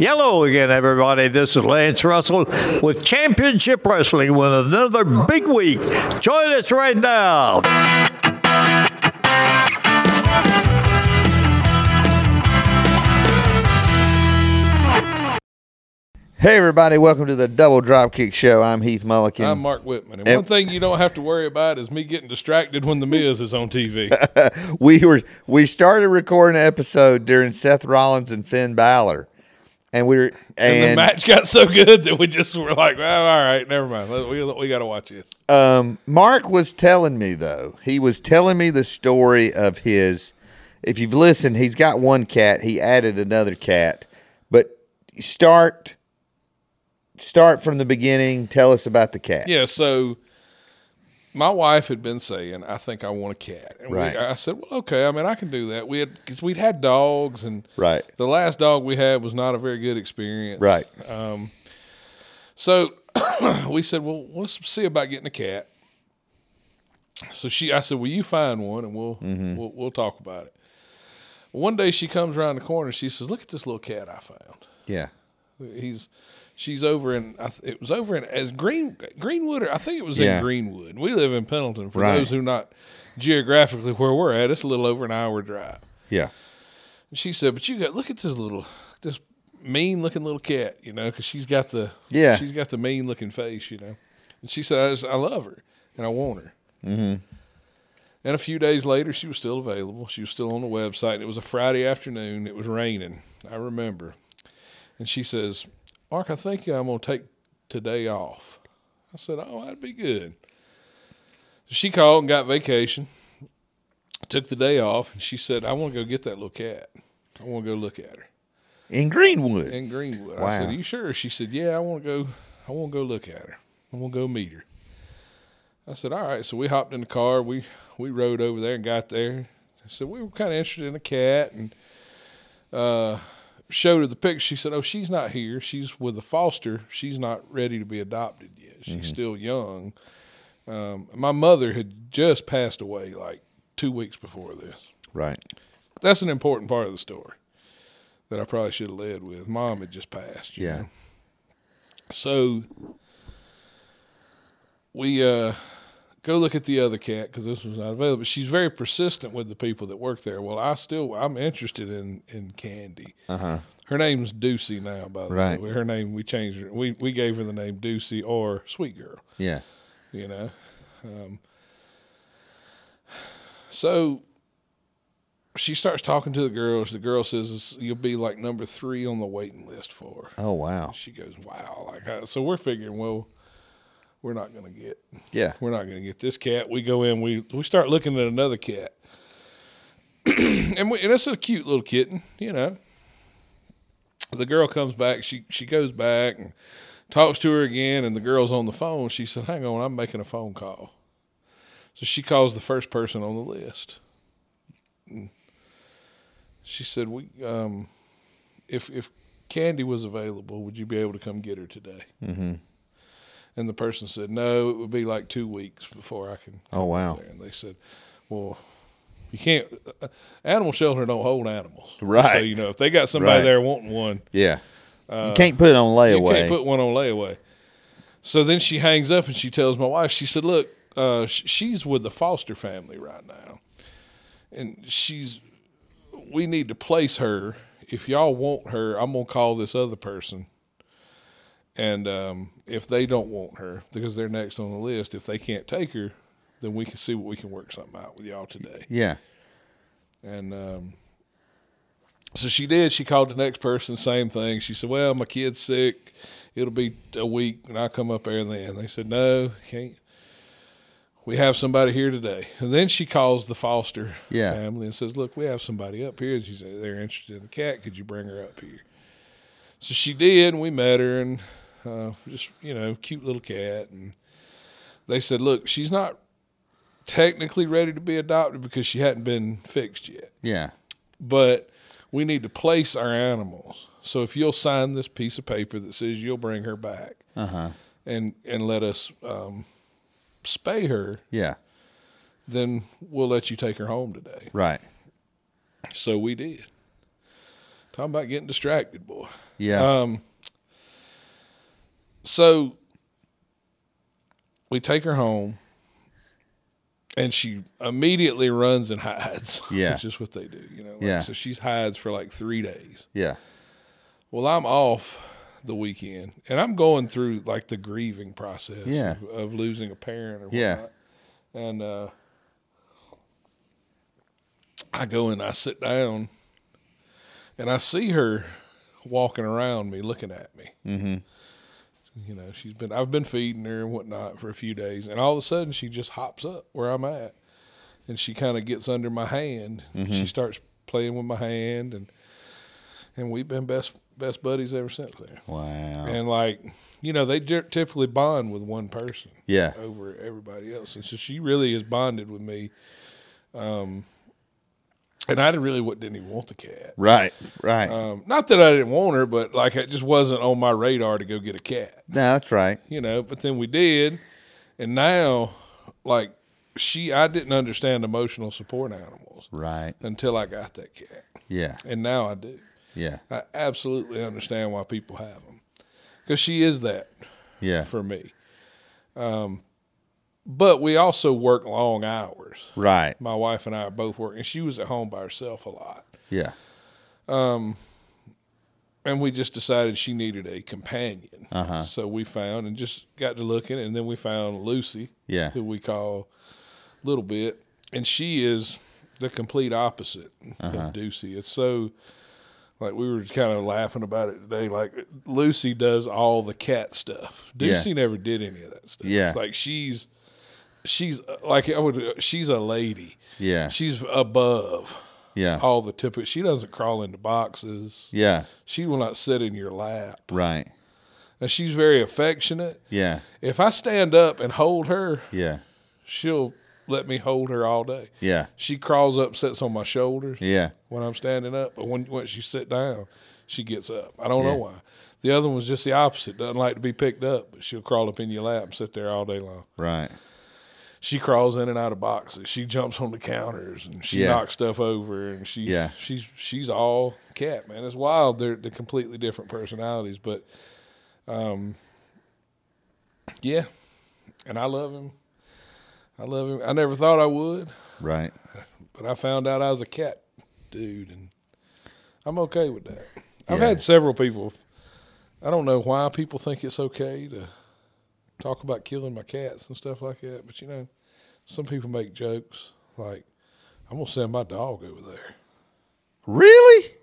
Hello again, everybody. This is Lance Russell with Championship Wrestling with another big week. Join us right now. Hey everybody, welcome to the Double Dropkick Show. I'm Heath Mullican. I'm Mark Whitman. And, one thing you don't have to worry about is me getting distracted when The Miz is on TV. we were we started recording an episode during Seth Rollins and Finn Balor, and we were and the and, match got so good that we just were like, well, all right, never mind. Let- We, we got to watch this. um, Mark was telling me though he was telling me the story of his. If you've listened, he's got one cat. He added another cat, but start start from the beginning. Tell us about the cat. Yeah, so my wife had been saying, I think I want a cat. And we- Right. I said, well, okay, I mean, I can do that. We had, because we'd had dogs and Right. the last dog we had was not a very good experience. Right. So we said, well, let's see about getting a cat. So she, I said, well, you find one and we'll Mm-hmm. we'll, we'll talk about it. One day she comes around the corner. She says, look at this little cat I found. Yeah. He's she's over in I th- it was over in as Green Greenwood. Or I think it was Yeah. in Greenwood. We live in Pendleton. For Right. those who not geographically where we're at, it's a little over an hour drive. Yeah. And she said, "But you got look at this little this mean looking little cat, you know, because she's got the Yeah. she's got the mean looking face, you know." And she said, "I, just, I love her and I want her." Mm-hmm. And a few days later, she was still available. She was still on the website. It was a Friday afternoon. It was raining. I remember. And she says, "Mark, I think I'm gonna take today off." I said, "Oh, that'd be good." She called and got vacation took the day off and she said, I want to go get that little cat. I want to go look at her In Greenwood. in Greenwood. Wow. I said, Are you sure? She said, Yeah, I want to go. I want to go look at her. I want to go meet her. I said, All right. So we hopped in the car. We we rode over there and got there. I said, We were kind of interested in a cat and uh, showed her the picture. She said, Oh, she's not here. She's with a foster. She's not ready to be adopted yet. She's still young. Um, my mother had just passed away like two weeks before this right. that's an important part of the story that I probably should have led with. Mom had just passed. you Yeah. know. So we uh, go look at the other cat because this was not available. She's very persistent with the people that work there. Well, I still I'm interested in in Candy. Uh huh. Her name's Ducey now, by the Uh-huh. Right. way. Her name we changed. Her, we we gave her the name Ducey or Sweet Girl Yeah. you know. Um, so she starts talking to the girls. The girl says, "You'll be like number three on the waiting list for." her." Oh wow. She goes, "Wow!" Like I, so, we're figuring, well, we're not gonna get, Yeah. we're not gonna get this cat. We go in, we we start looking at another cat, and we, and it's a cute little kitten, you know. The girl comes back. She she goes back and talks to her again, and the girl's on the phone. She said, "Hang on, I'm making a phone call." So she calls the first person on the list. She said, "We, um, if if Candy was available, would you be able to come get her today?" Mm-hmm. And the person said, "No, it would be like two weeks before I can." Oh wow. there. And they said, "Well, you can't. Uh, animal shelter don't hold animals, So Right. you know, if they got somebody Right. there wanting one, Yeah. you can't put it on layaway. Uh, you can't put one on layaway. So then she hangs up and she tells my wife, she said, Look, uh, sh- she's with the foster family right now. And she's, we need to place her. If y'all want her, I'm going to call this other person. And um, if they don't want her, because they're next on the list, if they can't take her, then we can see what we can work something out with y'all today. yeah. And um, so she did. She called the next person, same thing. She said, "Well, my kid's sick. It'll be a week when I come up there." And then they said, "No, can't. We have somebody here today." And then she calls the foster Yeah. family and says, "Look, we have somebody up here." And she said, "They're interested in the cat. Could you bring her up here?" So she did. And we met her, and uh, just you know, cute little cat. And they said, "Look, she's not." Technically ready to be adopted because she hadn't been fixed yet Yeah. but we need to place our animals. So if you'll sign this piece of paper that says you'll bring her back Uh-huh. and and let us um, spay her, Yeah. then we'll let you take her home today. Right. So we did. Talking about getting distracted, boy. Yeah. Um, so we take her home, and she immediately runs and hides. Yeah. which is what they do, you know. like, Yeah. So she hides for like three days. yeah. Well, I'm off the weekend, and I'm going through like the grieving process Yeah. of, of losing a parent or Yeah. whatnot. And uh, I go and I sit down, and I see her walking around me, looking at me. Mm-hmm. You know, she's been I've been feeding her and whatnot for a few days, and all of a sudden she just hops up where I'm at, and she kind of gets under my hand. She starts playing with my hand and and we've been best best buddies ever since then. Wow. And like, you know, they gy- typically bond with one person Yeah. over everybody else, and so she really is bonded with me. Um, and I really what didn't even want the cat. Right. Right. Um, not that I didn't want her, but like it just wasn't on my radar to go get a cat, no, that's right. you know. But then we did, and now, like, she I didn't understand emotional support animals Right. until I got that cat, Yeah. and uh, now I do. Yeah. I absolutely understand why people have them because she is that Yeah. for me. Um, but we also work long hours. Right. My wife and I are both working. She was at home by herself a lot, Yeah. and we just decided she needed a companion. Uh-huh. So we found and just got to looking, and then we found Lucy, Yeah. who we call Little Bit, and she is the complete opposite Uh-huh. of Ducey. It's so like we were kind of laughing about it today. Like Lucy does all the cat stuff. Yeah. Ducey never did any of that stuff. Yeah. It's like she's she's uh, like I would she's a lady. Yeah. She's above Yeah. all the typical. She doesn't crawl into boxes. Yeah. She will not sit in your lap. Right. Now she's very affectionate. Yeah. If I stand up and hold her, Yeah. she'll let me hold her all day. Yeah. She crawls up, sits on my shoulders Yeah. when I'm standing up, but when once you sit down, she gets up. I don't Yeah. know why. The other one's just the opposite. Doesn't like to be picked up, but she'll crawl up in your lap and sit there all day long. Right. She crawls in and out of boxes. She jumps on the counters and she Yeah. knocks stuff over. And she, Yeah. she's she's all cat man. It's wild. They're they're completely different personalities, but um, yeah. And I love him. I love him. I never thought I would. Right. but I found out I was a cat dude, and I'm okay with that. I've Yeah. had several people. I don't know why people think it's okay to talk about killing my cats and stuff like that, but you know, some people make jokes like, "I'm gonna send my dog over there." Really?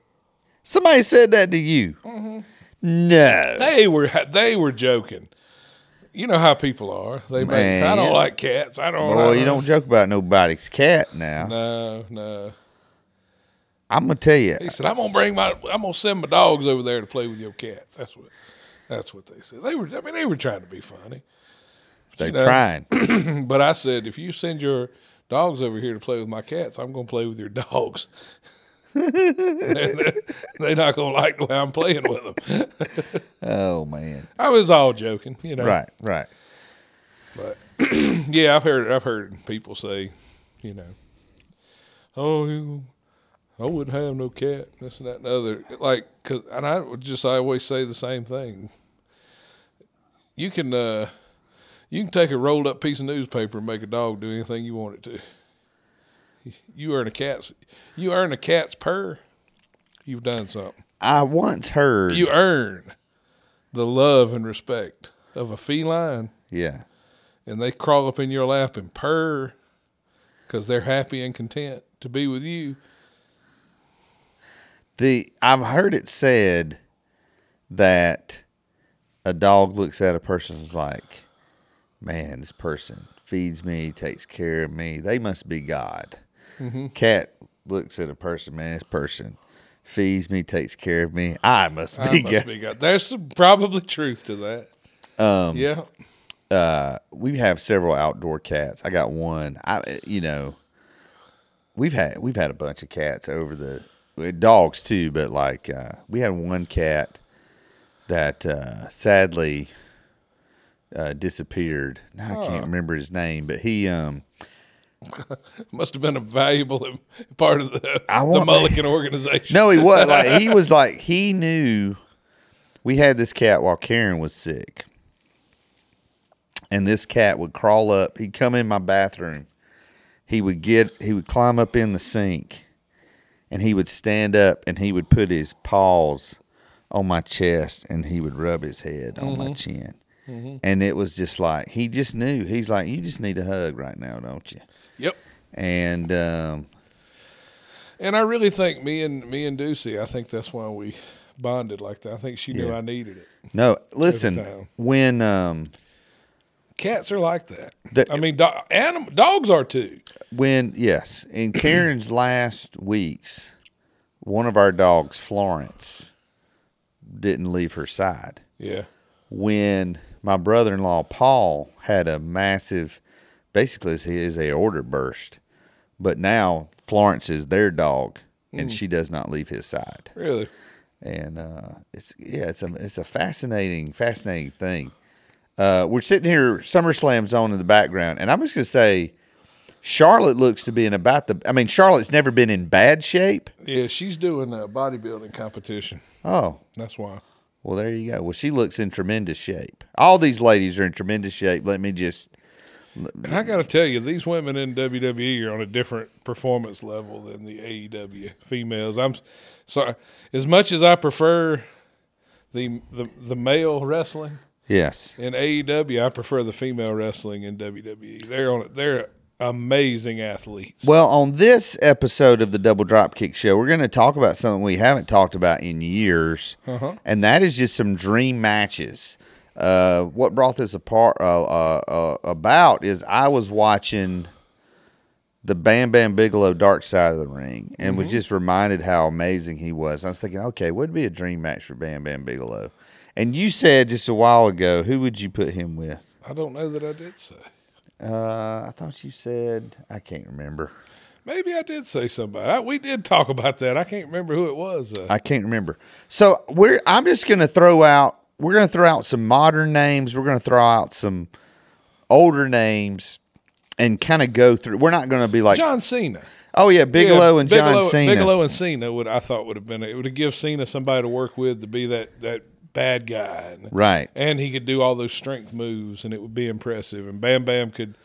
Somebody said that to you? No. Mm-hmm. They were they were joking. You know how people are. They make, I Man. don't like cats. I don't. Boy, I you don't joke about nobody's cat now. No, no. I'm gonna tell you. He said, "I'm gonna bring my, I'm gonna send my dogs over there to play with your cats." That's what, that's what they said. They were, I mean, they were trying to be funny, They're you know. trying. but I said, "If you send your dogs over here to play with my cats, I'm gonna play with your dogs." They're they're not gonna like the way I'm playing with them. Oh man. I was all joking, you know. Right. Right. But yeah, I've heard, I've heard people say, you know, oh, you- I wouldn't have no cat, this and that and the other. Like, cause, and I would just, I always say the same thing. You can, uh, you can take a rolled up piece of newspaper and make a dog do anything you want it to. You earn a cat's, you earn a cat's purr, you've done something. I once heard. You earn the love and respect of a feline yeah. and they crawl up in your lap and purr because they're happy and content to be with you. The I've heard it said that a dog looks at a person and is like, "Man, this person feeds me, takes care of me. They must be God." Mm-hmm. Cat looks at a person, man, this person feeds me, takes care of me. I must be I God. must be God. There's some probably truth to that. Um, yeah, we have several outdoor cats. I got one. I you know, we've had we've had a bunch of cats over the dogs too, but like uh, we had one cat that uh, sadly uh, disappeared. Now I can't remember his name, but he um Must have been a valuable em- part of the, I the want- Mulligan organization. No, he was like he was like he knew we had this cat while Karen was sick, and this cat would crawl up. He'd come in my bathroom. He would get he would climb up in the sink, and he would stand up and he would put his paws on my chest and he would rub his head on my chin. And it was just like he just knew. He's like, you just need a hug right now, don't you? Yep. And um, And I really think me and me and Ducey, I think that's why we bonded like that. I think she knew Yeah. I needed it. no, listen, time. when um, Cats are like that. The- I mean, do, anim, dogs are too. When yes, in Karen's last weeks, one of our dogs, Florence, didn't leave her side. Yeah. When my brother-in-law Paul had a massive, basically his- his aorta burst, but now Florence is their dog, and she does not leave his side. Really. And uh, it's yeah, it's a it's a fascinating fascinating thing. Uh, we're sitting here, SummerSlam's on in the background, and I'm just gonna say, Charlotte looks to be in about the. I mean, Charlotte's never been in bad shape. Yeah, she's doing a bodybuilding competition. Oh, That's why. well, there you go. Well, she looks in tremendous shape. All these ladies are in tremendous shape. Let me just And I got to tell you, these women in WWE are on a different performance level than the AEW females. I'm sorry. As much as I prefer the the, the male wrestling yes, in AEW, I prefer the female wrestling in WWE. They're on they're amazing athletes. Well, on this episode of the Double Dropkick Show, we're going to talk about something we haven't talked about in years, and that is just some dream matches. Uh, what brought this apart uh, uh, uh, about is I was watching the Bam Bam Bigelow Dark Side of the Ring and was just reminded how amazing he was. I was thinking, okay, what'd be a dream match for Bam Bam Bigelow? And you said just a while ago, who would you put him with? I don't know that I did say. Uh, I thought you said I can't remember. Maybe I did say somebody. I, we did talk about that. I can't remember who it was. Uh, I can't remember. So we're I'm just gonna throw out we're gonna throw out some modern names. We're gonna throw out some older names and kind of go through. We're not gonna be like John Cena. oh yeah, Bigelow Yeah, and John Bigelow- Cena. Bigelow and Cena would I thought would have been it would have give Cena somebody to work with to be that that bad guy. And, Right. And he could do all those strength moves and it would be impressive. And Bam Bam could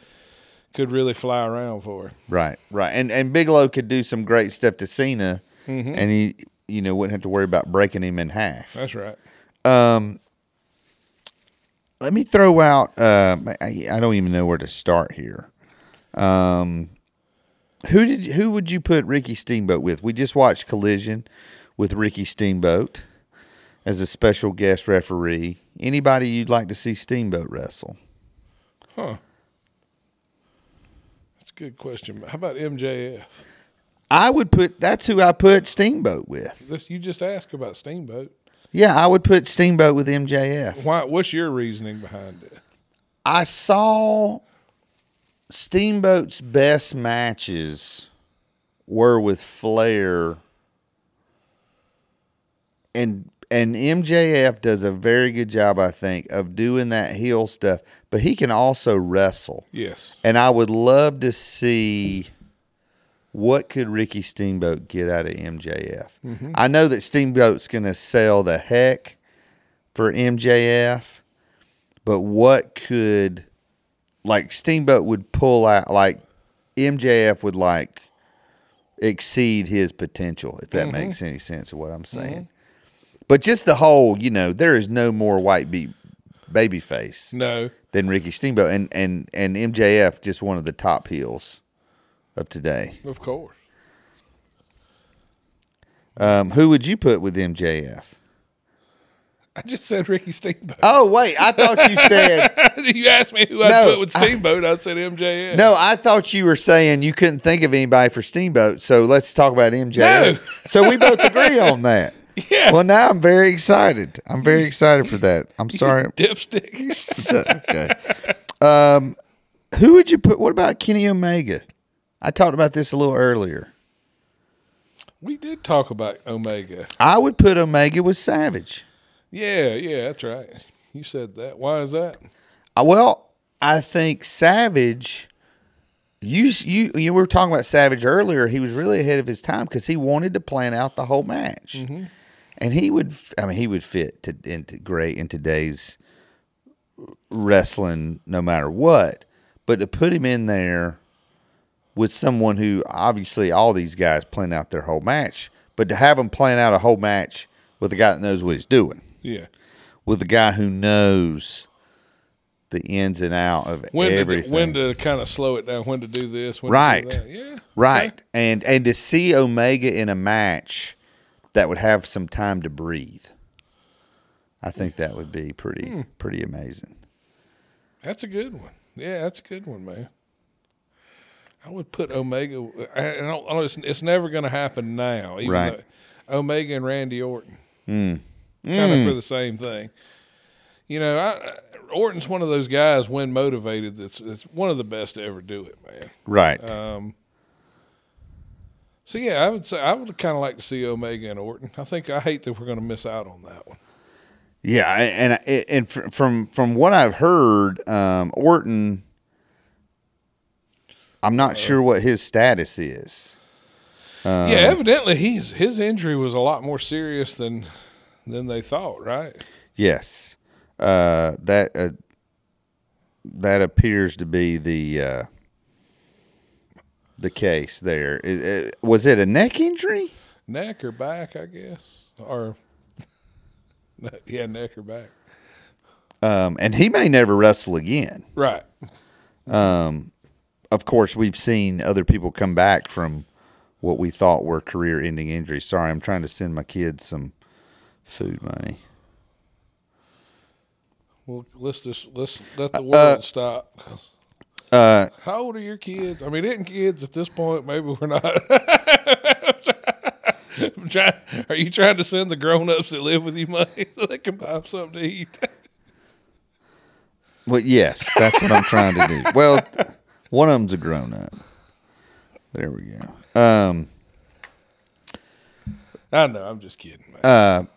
could really fly around for her. Right, right. And and Bigelow could do some great stuff to Cena Mm-hmm. and he you know wouldn't have to worry about breaking him in half. That's right. Let me throw out uh I, I don't even know where to start here. Um who did who would you put Ricky Steamboat with? We just watched Collision with Ricky Steamboat as a special guest referee. Anybody you'd like to see Steamboat wrestle? Huh. That's a good question. But How about MJF? I would put that's who I put Steamboat with. This, you just asked about Steamboat. Yeah, I would put Steamboat with MJF. Why what's your reasoning behind it? I saw Steamboat's best matches were with Flair and and MJF does a very good job, I think, of doing that heel stuff, but he can also wrestle. Yes. And I would love to see what could Ricky Steamboat get out of MJF. I know that Steamboat's going to sell the heck for MJF, but what could like Steamboat would pull out like MJF would like exceed his potential if that makes any sense of what I'm saying. But just the whole, you know, there is no more white be- baby face No. than Ricky Steamboat, and and and MJF just one of the top heels of today. Of course. Um, who would you put with MJF? I just said Ricky Steamboat. Oh wait, I thought you said you asked me who I No, put with I- Steamboat. I, said MJF. no. I thought you were saying you couldn't think of anybody for Steamboat, so let's talk about MJF. No. So we both agree on that. Yeah. Well, now I'm very excited. I'm very excited for that. I'm sorry. Dipstick. okay. Um, who would you put? What about Kenny Omega? I talked about this a little earlier. we did talk about Omega. I would put Omega with Savage. Yeah, yeah, that's right. You said that. Why is that? Uh, Well, I think Savage You, you, you know, we were talking about Savage earlier. He was really ahead of his time because he wanted to plan out the whole match, and he would. f- I mean, he would fit to into great in today's wrestling, no matter what. But to put him in there with someone who obviously all these guys plan out their whole match, but to have him plan out a whole match with a guy that knows what he's doing, Yeah. with a guy who knows the ins and out of When everything. to when to kind of slow it down, when to do this, when Right. to do that. Yeah. Right. And and to see Omega in a match that would have some time to breathe. I think that would be pretty Hmm. pretty amazing. That's a good one. Yeah, that's a good one, man. I would put Omega. I, I don't, I don't- it's, it's never going to happen now. Even Right. Mm. though Omega and Randy Orton, kind of for the same thing. You know, I, Orton's one of those guys when motivated. That's that's one of the best to ever do it, man. Right. Uh, So yeah, I would say I would kind of like to see Omega and Orton. I think I hate that we're going to miss out on that one. yeah, I- and I- and fr- from from what I've heard, um, Orton I'm Uh, not sure what his status is. yeah, evidently he's his injury was a lot more serious than than they thought, right? Yes. Uh, that uh, that appears to be the uh, the case there. It- it- was it a neck injury? neck or back, I guess, or yeah, neck or back. Um, and he may never wrestle again. Right. Of course, we've seen other people come back from what we thought were career-ending injuries. Sorry, I'm trying to send my kids some food money. Well, let's just let's let the world stop. Uh, How old are your kids? I mean, isn't kids at this point? Maybe we're not. I'm trying, are you trying to send the grown-ups that live with you money so they can buy them something to eat? Well, yes, that's what I'm trying to do. Well, one of them's a grown up. There we go. Um, I know. I'm just kidding, man.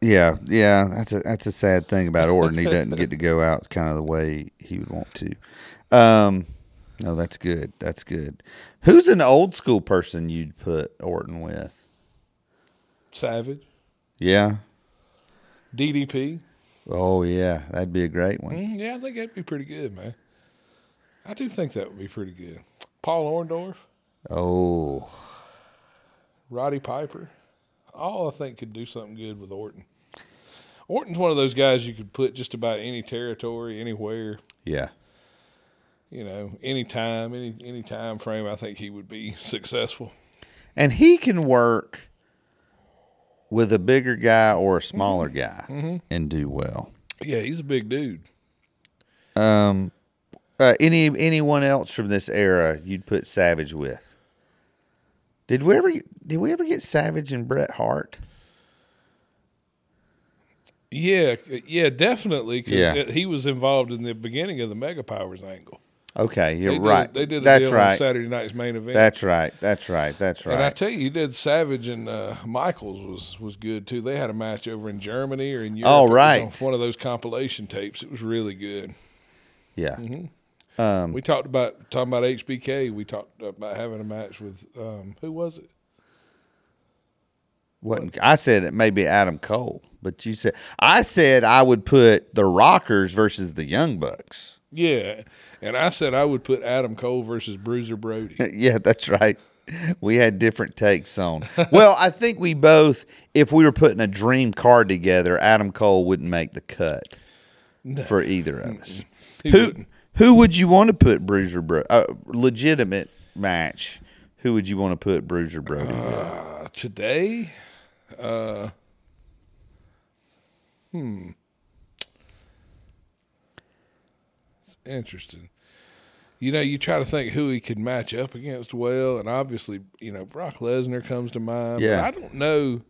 Yeah, yeah, that's a that's a sad thing about Orton. He doesn't get to go out kind of the way he would want to. Um, no, that's good. That's good. Who's an old school person you'd put Orton with? Savage, Yeah. DDP. Oh yeah, that'd be a great one. Mm, yeah, I think that'd be pretty good, man. I do think that would be pretty good. Paul Orndorff. Oh, Roddy Piper, all I think could do something good with Orton. Orton's one of those guys you could put just about any territory, anywhere, yeah. you know, any time, any any time frame. I think he would be successful. And he can work with a bigger guy or a smaller guy and do well. Yeah, he's a big dude. Uh, any anyone else from this era you'd put Savage with? Did we ever did we ever get Savage and Bret Hart? Yeah, yeah, definitely. 'cause Yeah. it- he was involved in the beginning of the Mega Powers angle. Okay, you're They did a- right. they did a That's deal on right. Saturday night's main event. That's right. That's right. That's And I right. tell you, he did Savage and uh, Michaels was was good too. They had a match over in Germany or in Europe. Oh, It was right. on one of those compilation tapes. It was really good. yeah. mm-hmm. Um, we talked about talking about HBK. We talked about having a match with um, who was it? Wasn't, I said it may be Adam Cole, but you said I said I would put the Rockers versus the Young Bucks. Yeah, and I said I would put Adam Cole versus Bruiser Brody. yeah, that's right. We had different takes on. Well, I think we both, if we were putting a dream card together, Adam Cole wouldn't make the cut for either of us. He Who wouldn't. who would you want to put Bruiser Bro? Uh, legitimate match. Who would you want to put Bruiser Brody with? Uh, today, uh, hmm, hmm. it's interesting. You know, you try to think who he could match up against well, and obviously, you know, Brock Lesnar comes to mind. but Yeah. I don't know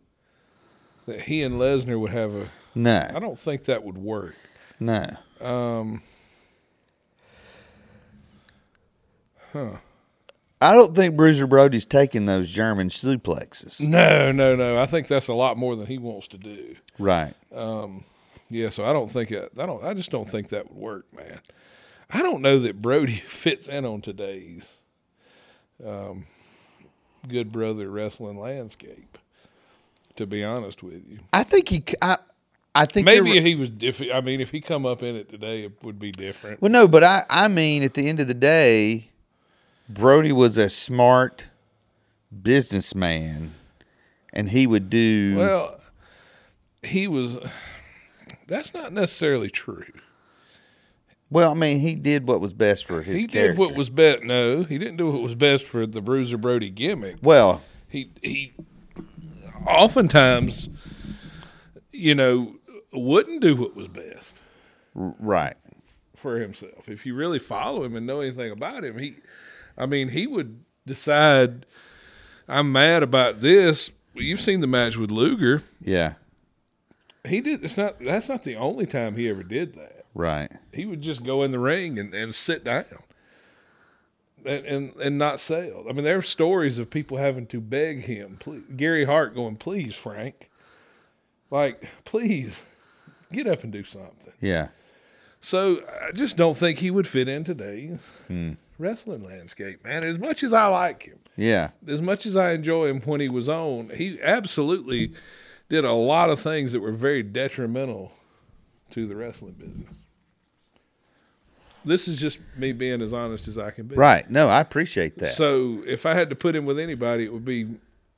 that he and Lesnar would have a. No, I don't think that would work. no. Um. I don't think Bruiser Brody's taking those German suplexes. No, no, no. I think that's a lot more than he wants to do. Right. Yeah, so I don't think it, I don't. I just don't think that would work, man. I don't know that Brody fits in on today's um, good brother wrestling landscape. To be honest with you, I think he. c- I, I think you're maybe ri- if he was different. I mean, if he come up in it today, it would be different. Well, no, but I, I mean, at the end of the day, Brody was a smart businessman, and he would do. Well, he was. That's not necessarily true. Well, I mean, he did what was best for his He character. did what was best. No, he didn't do what was best for the Bruiser Brody gimmick. well, he he oftentimes you know wouldn't do what was best r- right. for himself if you really follow him and know anything about him he i mean he would decide i'm mad about this Well, you've seen the match with luger Yeah. he did it's not that's not the only time he ever did that Right. he would just go in the ring and, and sit down and, and and not sell. I mean, there are stories of people having to beg him. Please, Gary Hart going, please, Frank, like, please, get up and do something. Yeah. So I just don't think he would fit in today's wrestling landscape, man. As much as I like him, Yeah. as much as I enjoy him when he was on, he absolutely did a lot of things that were very detrimental to the wrestling business. This is just me being as honest as I can be. Right. No, I appreciate that. So if I had to put him with anybody, it would be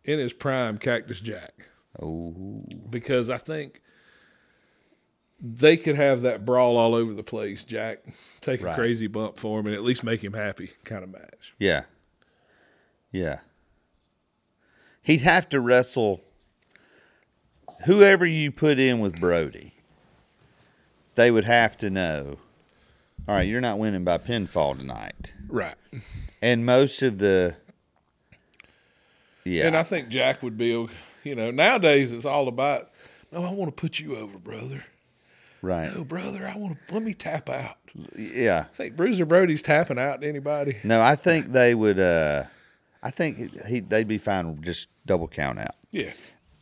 in his prime Cactus Jack oh, because I think they could have that brawl all over the place. Jack take a Right. crazy bump for him and at least make him happy kind of match. yeah. Yeah. He'd have to wrestle whoever you put in with Brody. They would have to know. All right, you're not winning by pinfall tonight. Right. And most of the Yeah. And I think Jack would be, o- you know, nowadays it's all about, no, I want to put you over, brother. right. No, brother, I want to, let me tap out. I Yeah. think Bruiser Brody's tapping out to anybody. No, I think they would uh I think he they'd be fine with just double count out. Yeah.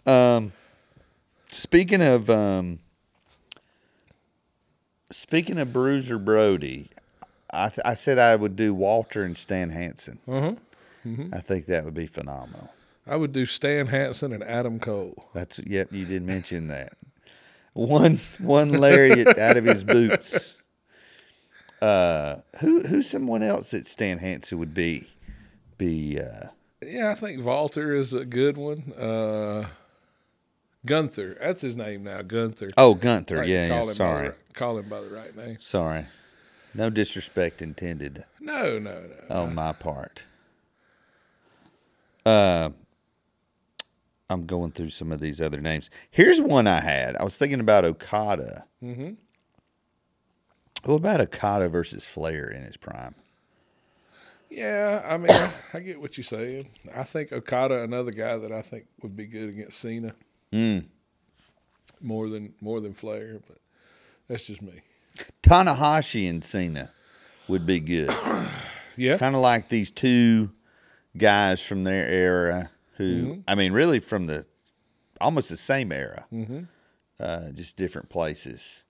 Um, speaking of um, speaking of Bruiser Brody, I, th- I said I would do Walter and Stan Hansen. I think that would be phenomenal. I would do Stan Hansen and Adam Cole. That's yep, you did mention that. One one lariat out of his boots. Uh, who who's someone else that Stan Hansen would be? Be uh, Yeah, I think Walter is a good one. Uh, Gunther, that's his name now, Gunther. oh Gunther, Right, yeah, yeah him by the sorry, right- call him by the right name. sorry, no disrespect intended. No, no, no. on my part. Uh, I'm going through some of these other names. Here's one I had. I was thinking about Okada. Mm-hmm. What about Okada versus Flair in his prime? Yeah, I mean, I, I get what you're saying. I think Okada, another guy that I think would be good against Cena, more than more than Flair, but that's just me. Tanahashi and Cena would be good. Yeah, kind of like these two guys from their era who, Mm-hmm. I mean, really from the almost the same era, Mm-hmm. uh, just different places.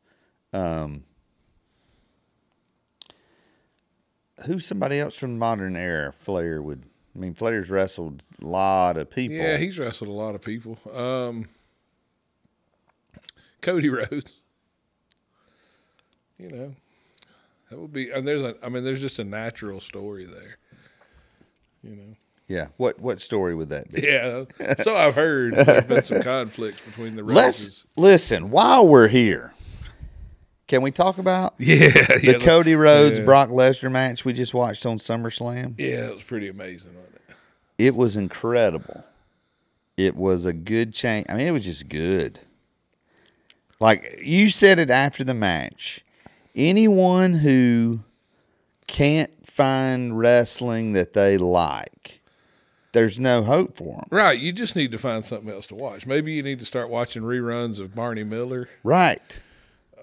Um, who's somebody else from modern era? Flair would. I mean, Flair's wrestled a lot of people. yeah, he's wrestled a lot of people. Um, Cody Rhodes, you know, that would be. And there's a, I mean, there's just a natural story there. You know, yeah. What what story would that be? yeah. So I've heard there's been some conflicts between the Let's races. listen while we're here. Can we talk about Yeah, yeah, the let's- Cody Rhodes yeah. Brock Lesnar match we just watched on SummerSlam? Yeah, it was pretty amazing, wasn't it? it was incredible. It was a good change. I mean, it was just good. Like you said it after the match. Anyone who can't find wrestling that they like, there's no hope for them. Right. You just need to find something else to watch. Maybe you need to start watching reruns of Barney Miller Right.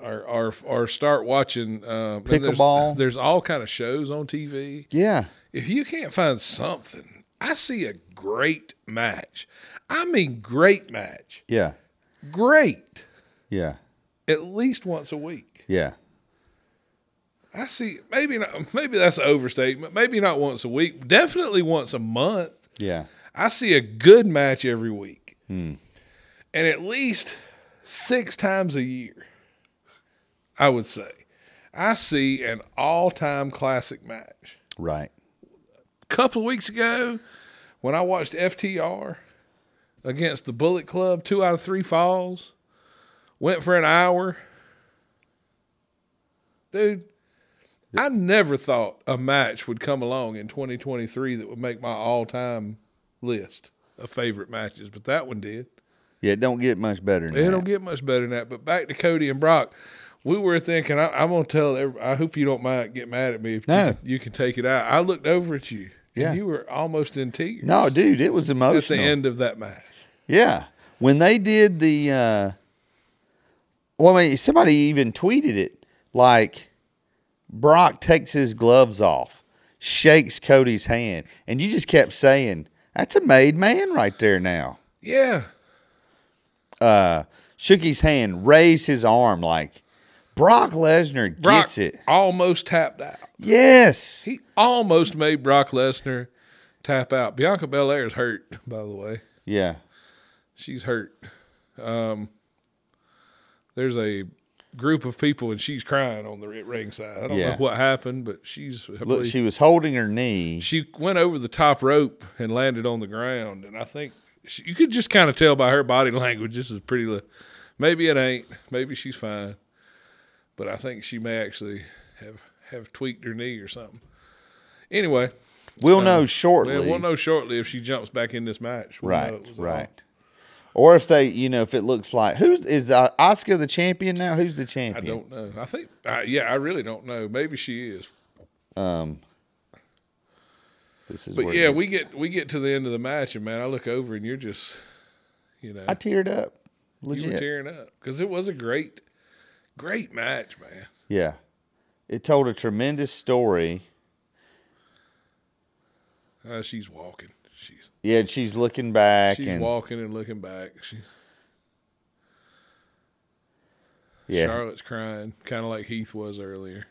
or or, or start watching uh, and there's- Pickleball. There's, all kind of shows on TV. Yeah. If you can't find something, I see a great match. I mean, great match. Yeah. Great. Yeah. At least once a week. Yeah. I see. Maybe not. Maybe that's an overstatement. Maybe not once a week. Definitely once a month. Yeah. I see a good match every week, and at least six times a year. I would say, I see an all-time classic match. Right. couple of weeks ago when I watched FTR against the Bullet Club, two out of three falls, went for an hour. Dude, I never thought a match would come along in 2023 that would make my all time list of favorite matches, but that one did. Yeah. It don't get much better. It Than don't that. get much better than that. But back to Cody and Brock, we were thinking. I, I'm gonna tell. Every, I hope you don't mind get mad at me if No. you, you can take it out. I looked over at you. Yeah. and you were almost in tears. No, dude, it was at the emotional. end of that match. Yeah. When they did the, uh, well, I mean, somebody even tweeted it like Brock takes his gloves off, shakes Cody's hand, and you just kept saying, that's a made man right there now. Yeah, Uh, shook his hand, raised his arm like Brock Lesnar gets Brock it. almost tapped out. Yes. He almost made Brock Lesnar tap out. Bianca Belair is hurt, by the way. Yeah. She's hurt. Um, there's a group of people and she's crying on the ringside. I don't Yeah. know what happened, but she's I Look, believe- she was holding her knee. she went over the top rope and landed on the ground. And I think she, you could just kind of tell by her body language, this is pretty. Li- Maybe it ain't. Maybe she's fine. But I think she may actually have have tweaked her knee or something. Anyway, We'll know shortly. we'll, we'll know shortly if she jumps back in this match. We'll know it Right, was all- right. Or if they, you know, if it looks like who's is uh, Oscar the champion now? Who's the I champion? don't know. I think. I, yeah, I really don't know. Maybe she is. This is But where yeah, it we gets- get we get to the end of the match, and man, I look over and you're just, you know, I teared up, you were legit. tearing up because it was a great, great match, man. Yeah, it told a tremendous story. Uh, she's walking. She's Yeah, and she's looking back she's and walking and looking back. She's yeah, Charlotte's crying, kind of like Heath was earlier.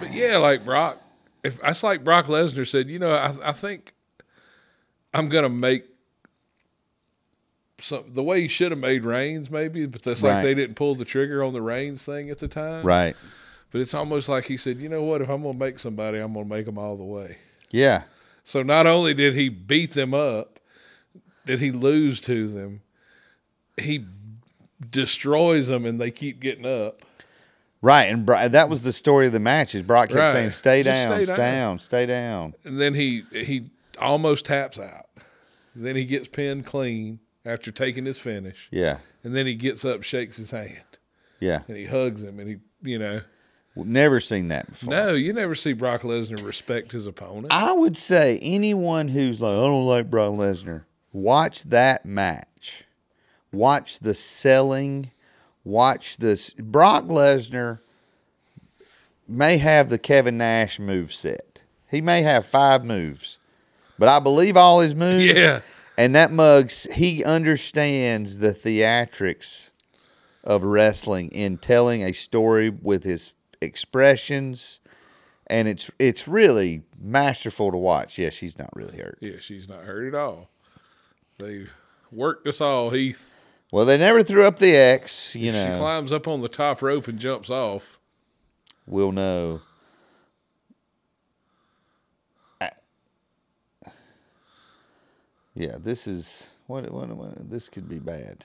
But yeah, like Brock, if that's like Brock Lesnar said, you know, I, I think I'm gonna make some the way he should have made Reigns, maybe, but that's Right. like they didn't pull the trigger on the Reigns thing at the time. right, But it's almost like he said, you know what? If I'm gonna make somebody, I'm gonna make them all the way. yeah, So not only did he beat them up, did he lose to them, he destroys them and they keep getting up. right. And Bro- that was the story of the match. Is Brock kept Right. saying, "Stay Just down, stay stay down." down, stay down." And then he he almost taps out. Then he gets pinned clean after taking his finish. Yeah, And then he gets up, shakes his hand, yeah. and he hugs him and he you know We've never seen that before. No, you never see Brock Lesnar respect his opponent. I would say anyone who's like, I don't like Brock Lesnar, watch that match. Watch the selling. Watch this. Brock Lesnar may have the Kevin Nash move set. He may have five moves, but I believe all his moves. Yeah. And that mugs, he understands the theatrics of wrestling in telling a story with his expressions and it's it's really masterful to watch. Yeah, she's not really hurt. Yeah, she's not hurt at all. They worked us all, Heath. Well, they never threw up the X, you She know. climbs up on the top rope and jumps off. We'll know. I- Yeah, this is what, what, what this could be bad.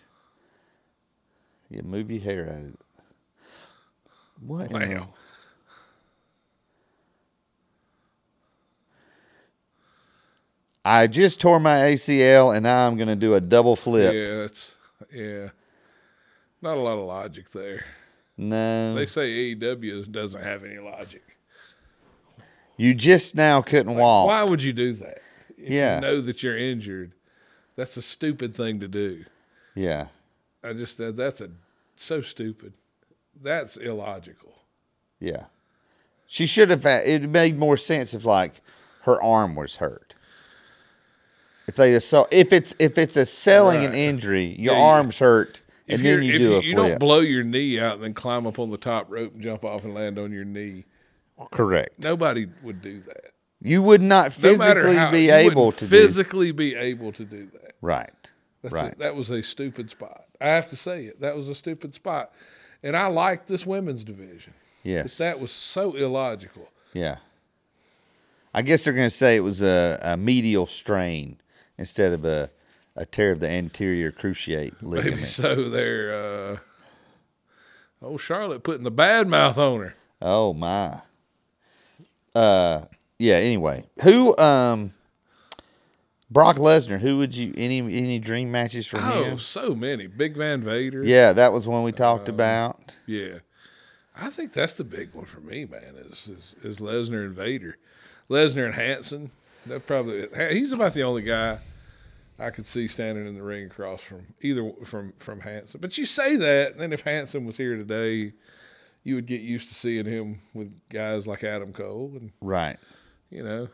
Yeah, move your hair out of it. What? in the- Wow. I just tore my ACL and now I'm going to do a double flip. Yeah, that's yeah. Not a lot of logic there. No. They say AEW is- doesn't have any logic. you just now couldn't walk. Why would you do that? If Yeah. You know that you're injured. That's a stupid thing to do. Yeah. I just uh, that's a so stupid. That's illogical. Yeah. She should have had, it made more sense if like her arm was hurt. If they just saw if it's if it's a selling an Right. injury, your Yeah, you- arm's hurt If And then you if do a you flip. don't blow your knee out and then climb up on the top rope and jump off and land on your knee, Correct. nobody would do that. You would not No matter physically how- be you wouldn't able to do physically be able to do that. right. That's right. a, that was a stupid spot. I have to say it. That was a stupid spot, and I liked this women's division. Yes. But that was so illogical. Yeah. I guess they're going to say it was a, a medial strain instead of a, a tear of the anterior cruciate ligament. Maybe so. There, uh, oh Charlotte putting the bad mouth on her. Oh my. Uh yeah, anyway. Who um Brock Lesnar, who would you any any dream matches from Oh, him? so many. Big Van Vader. Yeah, that was one we talked about. Yeah. I think that's the big one for me, man. Is is, is Lesnar and Vader, Lesnar and Hanson. That probably he's about the only guy I could see standing in the ring across from either from from Hanson. But you say that, and then if Hanson was here today, you would get used to seeing him with guys like Adam Cole, and Right. you know,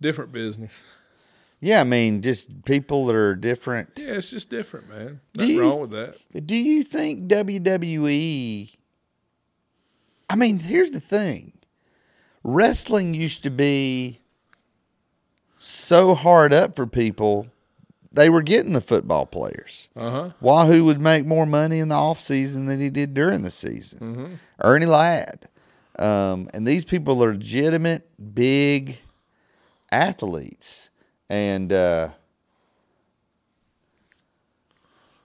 different business. Yeah, I mean, just people that are different. Yeah, it's just different, man. Do Nothing you- wrong with that. Do you think WWE? I mean, here's the thing wrestling used to be so hard up for people, they were getting the football players. Uh huh. Wahoo would make more money in the offseason than he did during the season. Ernie Ladd. Um, and these people are legitimate, big athletes. And uh,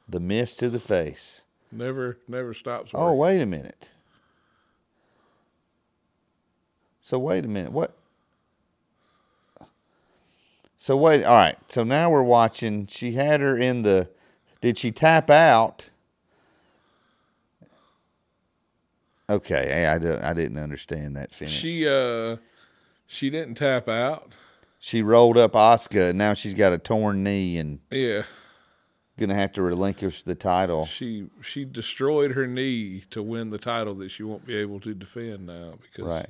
the miss to the face. Never, never stops. Oh, working. wait a minute. So, wait a minute. What? So, wait. All right. So now we're watching. She had her in the. Did she tap out? Okay. I, I, don't- I didn't understand that finish. She, She uh she didn't tap out. rolled up Oscar, and now she's got a torn knee and Yeah. going to have to relinquish the title. She she destroyed her knee to win the title that she won't be able to defend now because Right.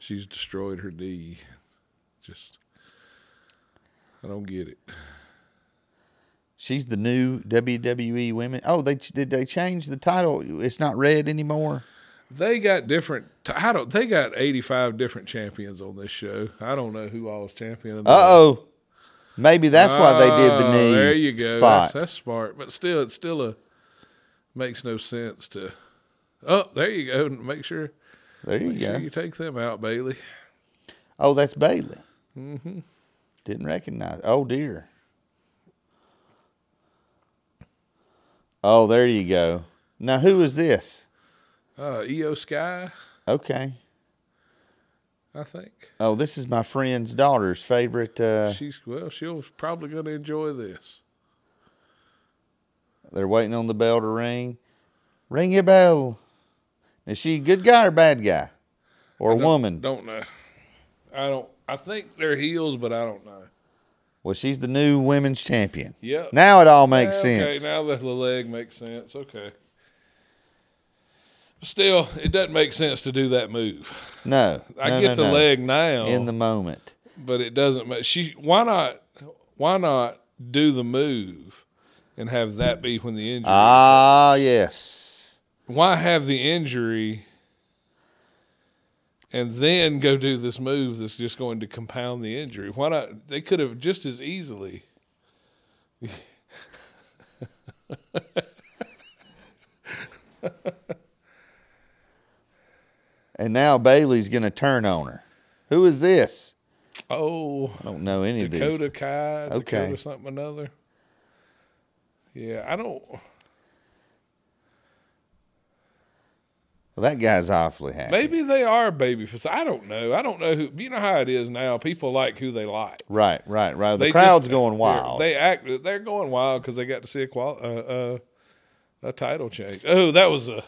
she's destroyed her knee. Just I don't get it. She's the new WWE women. Oh, they did they change the title? It's not red anymore. They got different t- I don't they got 85 different champions on this show. I don't know who all was champion. Uh oh. Maybe that's why they did the Oh, knee There you go. spot. That's, that's smart, but still it's still a makes no sense to Oh, there you go. Make sure there you make sure go. you take them out, Bailey. Oh, that's Bailey. Mm-hmm. Didn't recognize. Oh dear. Oh, there you go. Now who is this? Uh, EO Sky, Okay. I think. Oh, this is my friend's daughter's favorite. Uh, She's well, she'll probably gonna enjoy this. they're waiting on the bell to ring. Ring your bell. Is she a good guy or bad guy, or a Don't- woman? Don't know. I don't I think they're heels, but I don't know. Well, she's the new women's champion. Yep. Now it all makes Eh, okay, sense. now the, the leg makes sense. Okay. Still, it doesn't make sense to do that move. No, I no, get no, the no. leg now. in the moment. but it doesn't make she why not why not do the move and have that be when the injury Ah, yes, why have the injury and then go do this move that's just going to compound the injury? Why not? They could have just as easily. and now Bailey's gonna turn on her. Who is this? Oh, I don't know any of these. Dakota Kai, Okay. Dakota something another. Yeah, I don't. Well, that guy's awfully happy. Maybe they are babyface. I don't know. I don't know who. You know how it is now. People like who they like. Right, right, right. The They crowd's just- going they're- wild. They act. They're going wild because they got to see a qual, uh, uh, a title change. Oh, that was a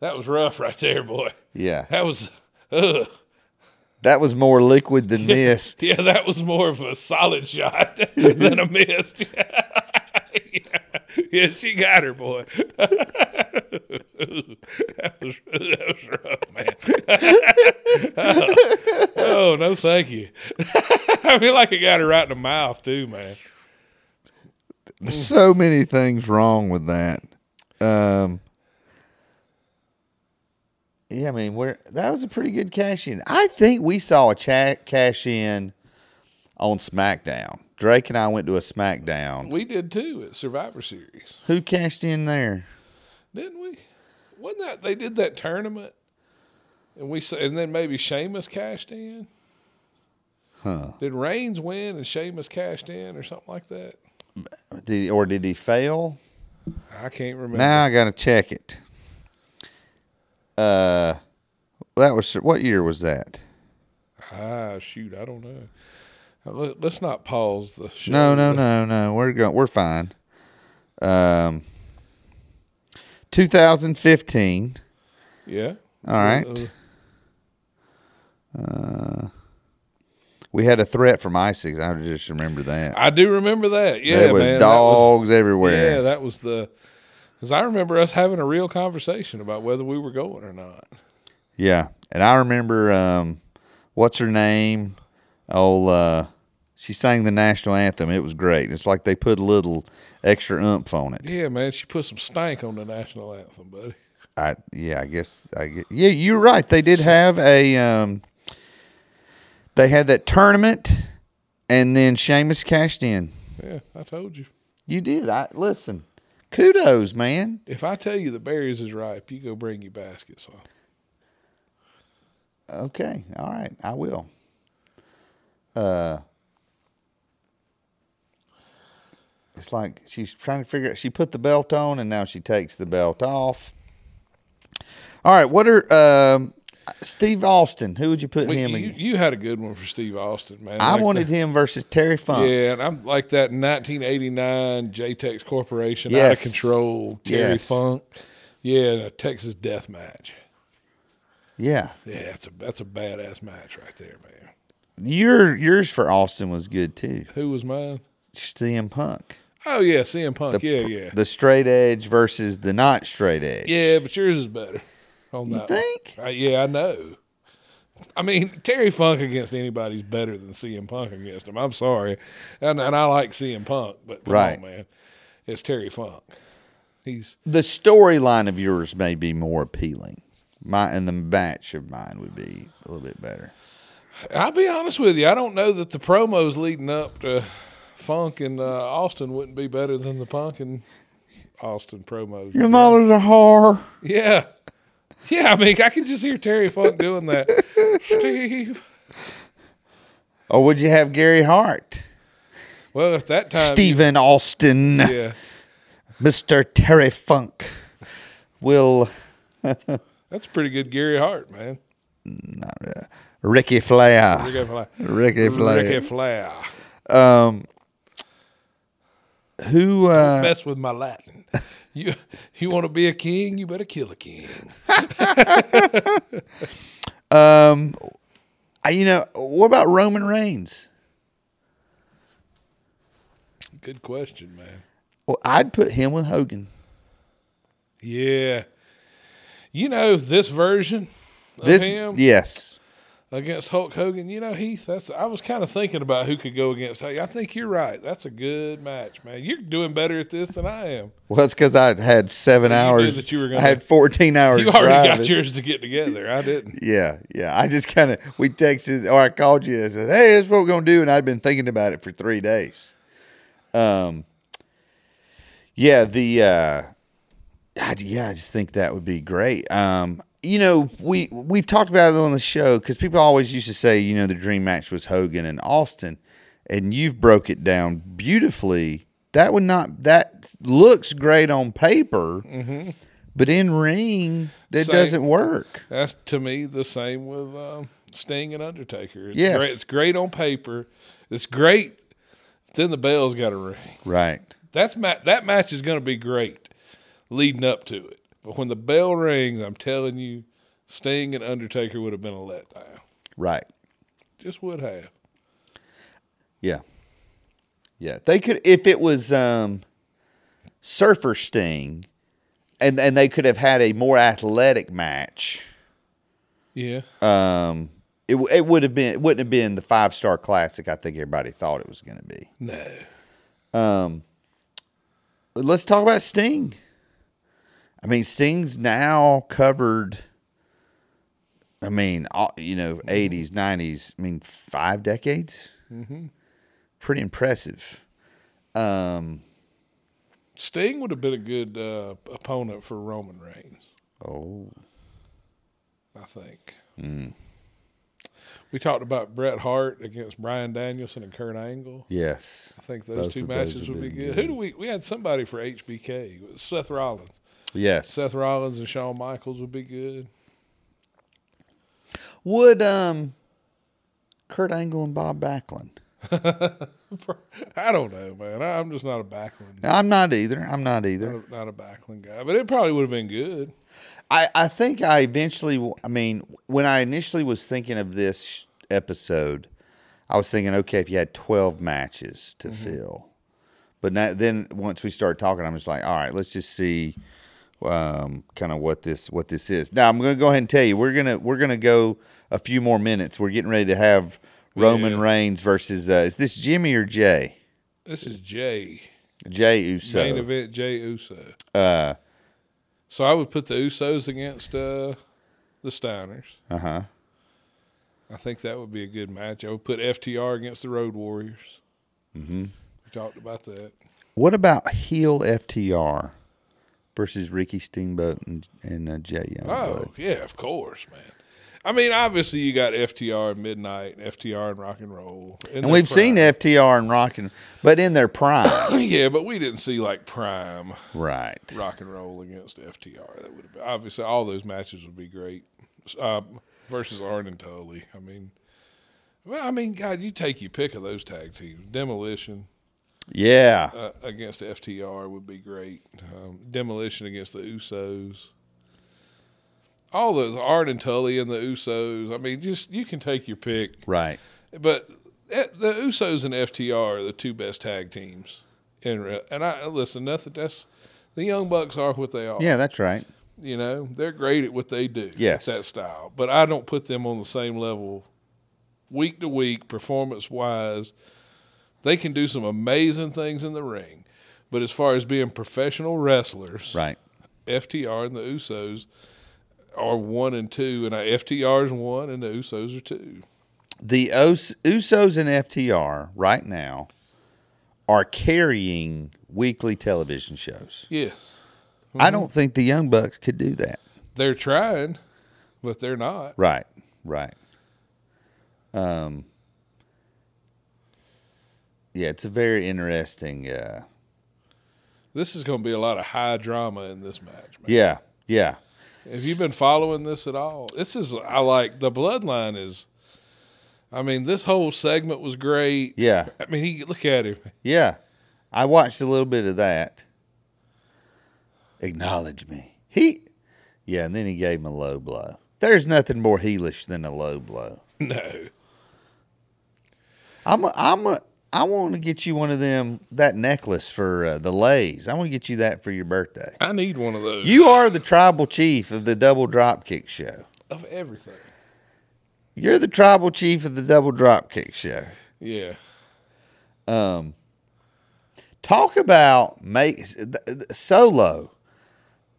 that was rough right there, boy. yeah, That was ugh. that was more liquid than mist. yeah. That was more of a solid shot than a miss. yeah. yeah, she got her, boy. that, was, that was rough, man. oh, no, thank you. I feel like it got her right in the mouth too, man. There's so many things wrong with that. Um, yeah, I mean, where that was a pretty good cash in. I think we saw a cha- cash in on SmackDown. Drake and I went to a SmackDown. We did too at Survivor Series, Who cashed in there? didn't we? Wasn't that they did that tournament, and we s- and then maybe Sheamus cashed in. Huh? Did Reigns win and Sheamus cashed in or something like that? Did or did he fail? I can't remember. Now I gotta check it. Uh, that was what year was that? Ah, shoot, I don't know. Uh, let- Let's not pause the show. No, no, no, no. We're going. We're fine. Um, 2015. Yeah. All right. Uh, Uh, We had a threat from ISIS. I just remember that. I do remember that. Yeah, there was man. that was- dogs everywhere. yeah, that was the. Because I remember us having a real conversation about whether we were going or not. Yeah, and I remember um, what's her name? Oh, uh, she sang the national anthem. It was great. It's like they put a little extra umph on it. Yeah, man, she put some stank on the national anthem, buddy. I yeah, I guess I get, yeah, you're right. They did have a um they had that tournament and then Sheamus cashed in. Yeah, I told you. You did. I listen. Kudos, man. If I tell you the berries is ripe, you go bring your basket. So Okay. All right. I will. Uh It's like she's trying to figure out she put the belt on and now she takes the belt off. All right, what are um Steve Austin, who would you put We- him you, against? you had a good one for Steve Austin, man. I Like wanted that- him versus Terry Funk. Yeah, and I'm like that 1989 JTEX E Corporation out of Yes. control Terry Yes. Funk. Yeah, a Texas Death Match. Yeah. Yeah, that's a that's a badass match right there, man. Your yours for Austin was good too. Who was mine? CM Punk. Oh yeah, CM Punk. yeah, pr- yeah, The straight edge versus the not straight edge. yeah. But yours is better. On You that one. think? Uh, yeah, I know. I mean, Terry Funk against anybody's better than CM Punk against him. I'm sorry, and and I like CM Punk, but come Right. on, man, it's Terry Funk. He's The storyline of yours may be more appealing. My and the match of mine would be a little bit better. I'll be honest with you. I don't know that the promos leading up to Funk and uh, Austin wouldn't be better than the Punk and Austin promos. mother's a whore. Yeah. Yeah, I mean, I can just hear Terry Funk doing that. Steve. Or would you have Gary Hart? Well, at that time. you- Stephen Austin. Uh, yeah. Mr. Terry Funk. Will That's a pretty good Gary Hart, man. Ricky Flair. Ricky Flair. Ricky Flair. Ricky Flair. Um, who? Uh, Mess with my Latin. You, you want to be a king? You better kill a king. um, I- you know, what about Roman Reigns? Good question, man. Well, I'd put him with Hogan. Yeah. You know, this version of This, him yes, against Hulk Hogan, you know, Heath, that's I was kind of thinking about who could go against Hogan. I think you're right. That's a good match, man. You're doing better at this than I am. well, that's because I had seven knew hours. that you were I gonna- had fourteen hours. You already driving. got yours to get together. I didn't. Yeah, yeah. I just kind of we texted or I called you and said, "Hey, this is what we're gonna do," and I'd been thinking about it for three days. Um. Yeah, the uh, I, yeah, I just think that would be great. Um, you know, we we've talked about it on the show because people always used to say, you know, the dream match was Hogan and Austin, and you've broke it down beautifully. That would not that looks great on paper, but in ring that Same. doesn't work. That's to me the same with um, Sting and Undertaker. It's Yes. great. It's great on paper. It's great. Then the bell's got to ring. Right. That's ma- that match is going to be great leading up to it. But when the bell rings, I'm telling you, Sting and Undertaker would have been a letdown. Right. Just would have. Yeah. Yeah. They could if it was um Surfer Sting and and they could have had a more athletic match. Yeah. Um it, w- it would have been it wouldn't have been the five star classic I think everybody thought it was going to be. no. let's talk about Sting. I mean, Sting's now covered. I mean, all, you know, eighties, nineties. I mean, five decades. Pretty impressive. Um. Sting would have been a good uh, opponent for Roman Reigns, Oh, I think. We talked about Bret Hart against Brian Danielson and Kurt Angle. yes. I think those Both two of those matches have would be been good. Who do we? We had somebody for HBK. It was Seth Rollins. Yes. Seth Rollins and Shawn Michaels would be good. Would um, Kurt Angle and Bob Backlund? I don't know, man. I, I'm just not a Backlund, No, I'm not either. I'm not not either. a, not a Backlund guy. But it probably would have been good. I, I think I eventually, w- I mean, when I initially was thinking of this sh- episode, I was thinking, okay, if you had 12 matches to fill. But now, then once we start talking, I'm just like, all right, let's just see um, kind of what this what this is. Now I'm going to go ahead and tell you, we're gonna we're gonna go a few more minutes. We're getting ready to have Roman Yeah. Reigns versus uh, is this Jimmy or Jay? This is Jay Jay Uso. main event. Jay Uso. Uh, so I would put the Usos against uh, the Steiners. Uh huh. I think that would be a good match. I would put FTR against the Road Warriors. Mm-hmm. We talked about that. What about heel FTR versus Ricky Steamboat and, and uh, Jay Oh Youngblood? yeah, of course, man. I mean, obviously you got FTR and Midnight, FTR and Rock and Roll, and we've seen FTR and Rockin', but in their prime, yeah, but we didn't see like Prime right? Rock and Roll against FTR. That would have been, obviously all those matches would be great uh, versus Arn and Tully. I mean, well, I mean, God, you take your pick of those tag teams. Demolition Yeah, uh, against FTR would be great. Um, Demolition against the Usos. All those Arn and Tully and the Usos. I mean, just you can take your pick. right. But eh, the Usos and FTR are the two best tag teams. In re- and I listen, nothing. That's the Young Bucks are what they are. Yeah, that's right. You know, they're great at what they do. Yes. That style. But I don't put them on the same level week to week, performance wise. They can do some amazing things in the ring. But as far as being professional wrestlers, Right. FTR and the Usos are one and two. And I, FTR is one and the Usos are two. The Us- Usos and FTR right now are carrying weekly television shows. Yes. Mm-hmm. I don't think the Young Bucks could do that. They're trying, but they're not. Right. Right. Um. Yeah, it's a very interesting. Uh, This is going to be a lot of high drama in this match, man. Yeah, yeah. Have you been following this at all? This is I like the bloodline is. I mean, this whole segment was great. Yeah. I mean, he look at him. Yeah. I watched a little bit of that. Acknowledge me. He Yeah, and then he gave him a low blow. There's nothing more heelish than a low blow. No, I'm a, I'm a, I want to get you one of them that necklace for uh, the lays. I want to get you that for your birthday. I need one of those You are the tribal chief of the double dropkick show. of everything. You're the tribal chief of the double dropkick show. Yeah, Talk about make th- th- solo,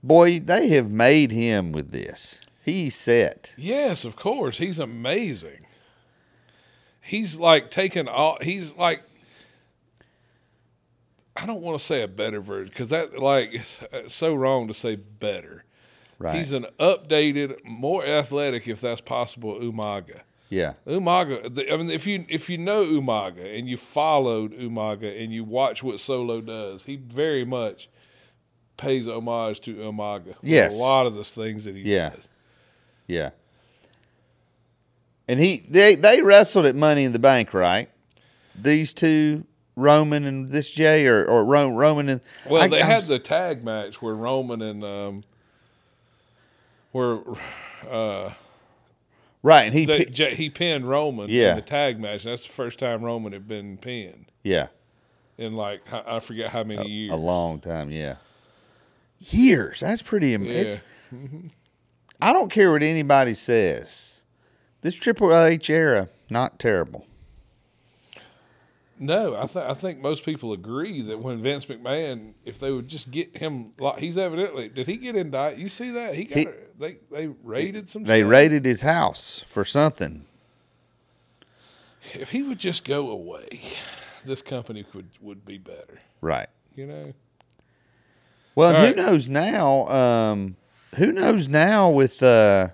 boy. They have made him with this. He's set. yes, of course. He's amazing. He's like taking all. He's like. I don't want to say a better version because that like it's so wrong to say better. Right. He's an updated, more athletic, if that's possible, Umaga. yeah. Umaga. the- I mean, if you if you know Umaga and you followed Umaga and you watch what Solo does, he very much pays homage to Umaga. with Yes. a lot of the things that he Yeah. does. Yeah. And he they they wrestled at Money in the Bank, right? These two, Roman and this Jay, or or Ro- Roman and Well, I- they I'm had s- the tag match where Roman and um, where right. And he they, pi- J, he pinned Roman Yeah. in the tag match. That's the first time Roman had been pinned yeah, in like I I forget how many years. a long time, yeah, years. That's pretty. Im- Yeah. It's, I don't care what anybody says. This Triple H era not terrible. No, I, th- I think most people agree that when Vince McMahon, if they would just get him, like he's evidently did he get indicted? You see that he got He- a, they they raided some. They stuff. raided his house for something. If he would just go away, this company could would be better. Right. You know, Well, All and who right. knows now? Um, who knows now with uh,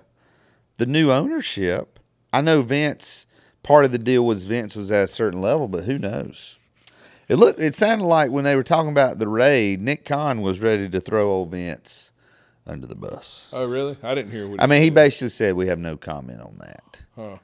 the new ownership? I know Vince. Part of the deal was Vince was at a certain level, but who knows? It looked. It sounded like when they were talking about the raid, Nick Khan was ready to throw old Vince under the bus. oh really? I didn't hear what. I mean, he said. basically said we have no comment on that, Huh.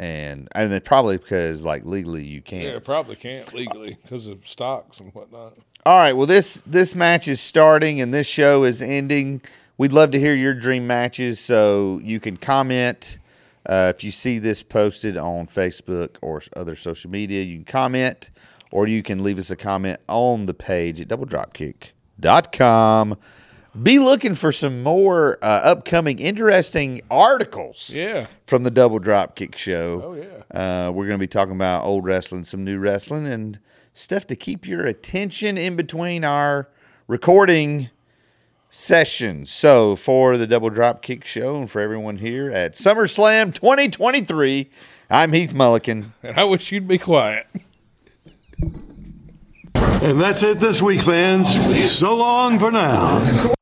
and and then probably because like legally you can't. Yeah, probably can't legally because of stocks and whatnot. All right. Well, this this match is starting and this show is ending. We'd love to hear your dream matches, so you can comment uh, if you see this posted on Facebook or s- other social media. You can comment, or you can leave us a comment on the page at DoubleDropkick.com. Be looking for some more uh, upcoming interesting articles Yeah. from the Double Drop Kick Show. Oh, yeah. Uh, we're going to be talking about old wrestling, some new wrestling, and stuff to keep your attention in between our recording sessions. So, for the Double Drop Kick Show and for everyone here at SummerSlam 2023, I'm Heath Mulliken. And I wish you'd be quiet. And that's it this week, fans. So long for now.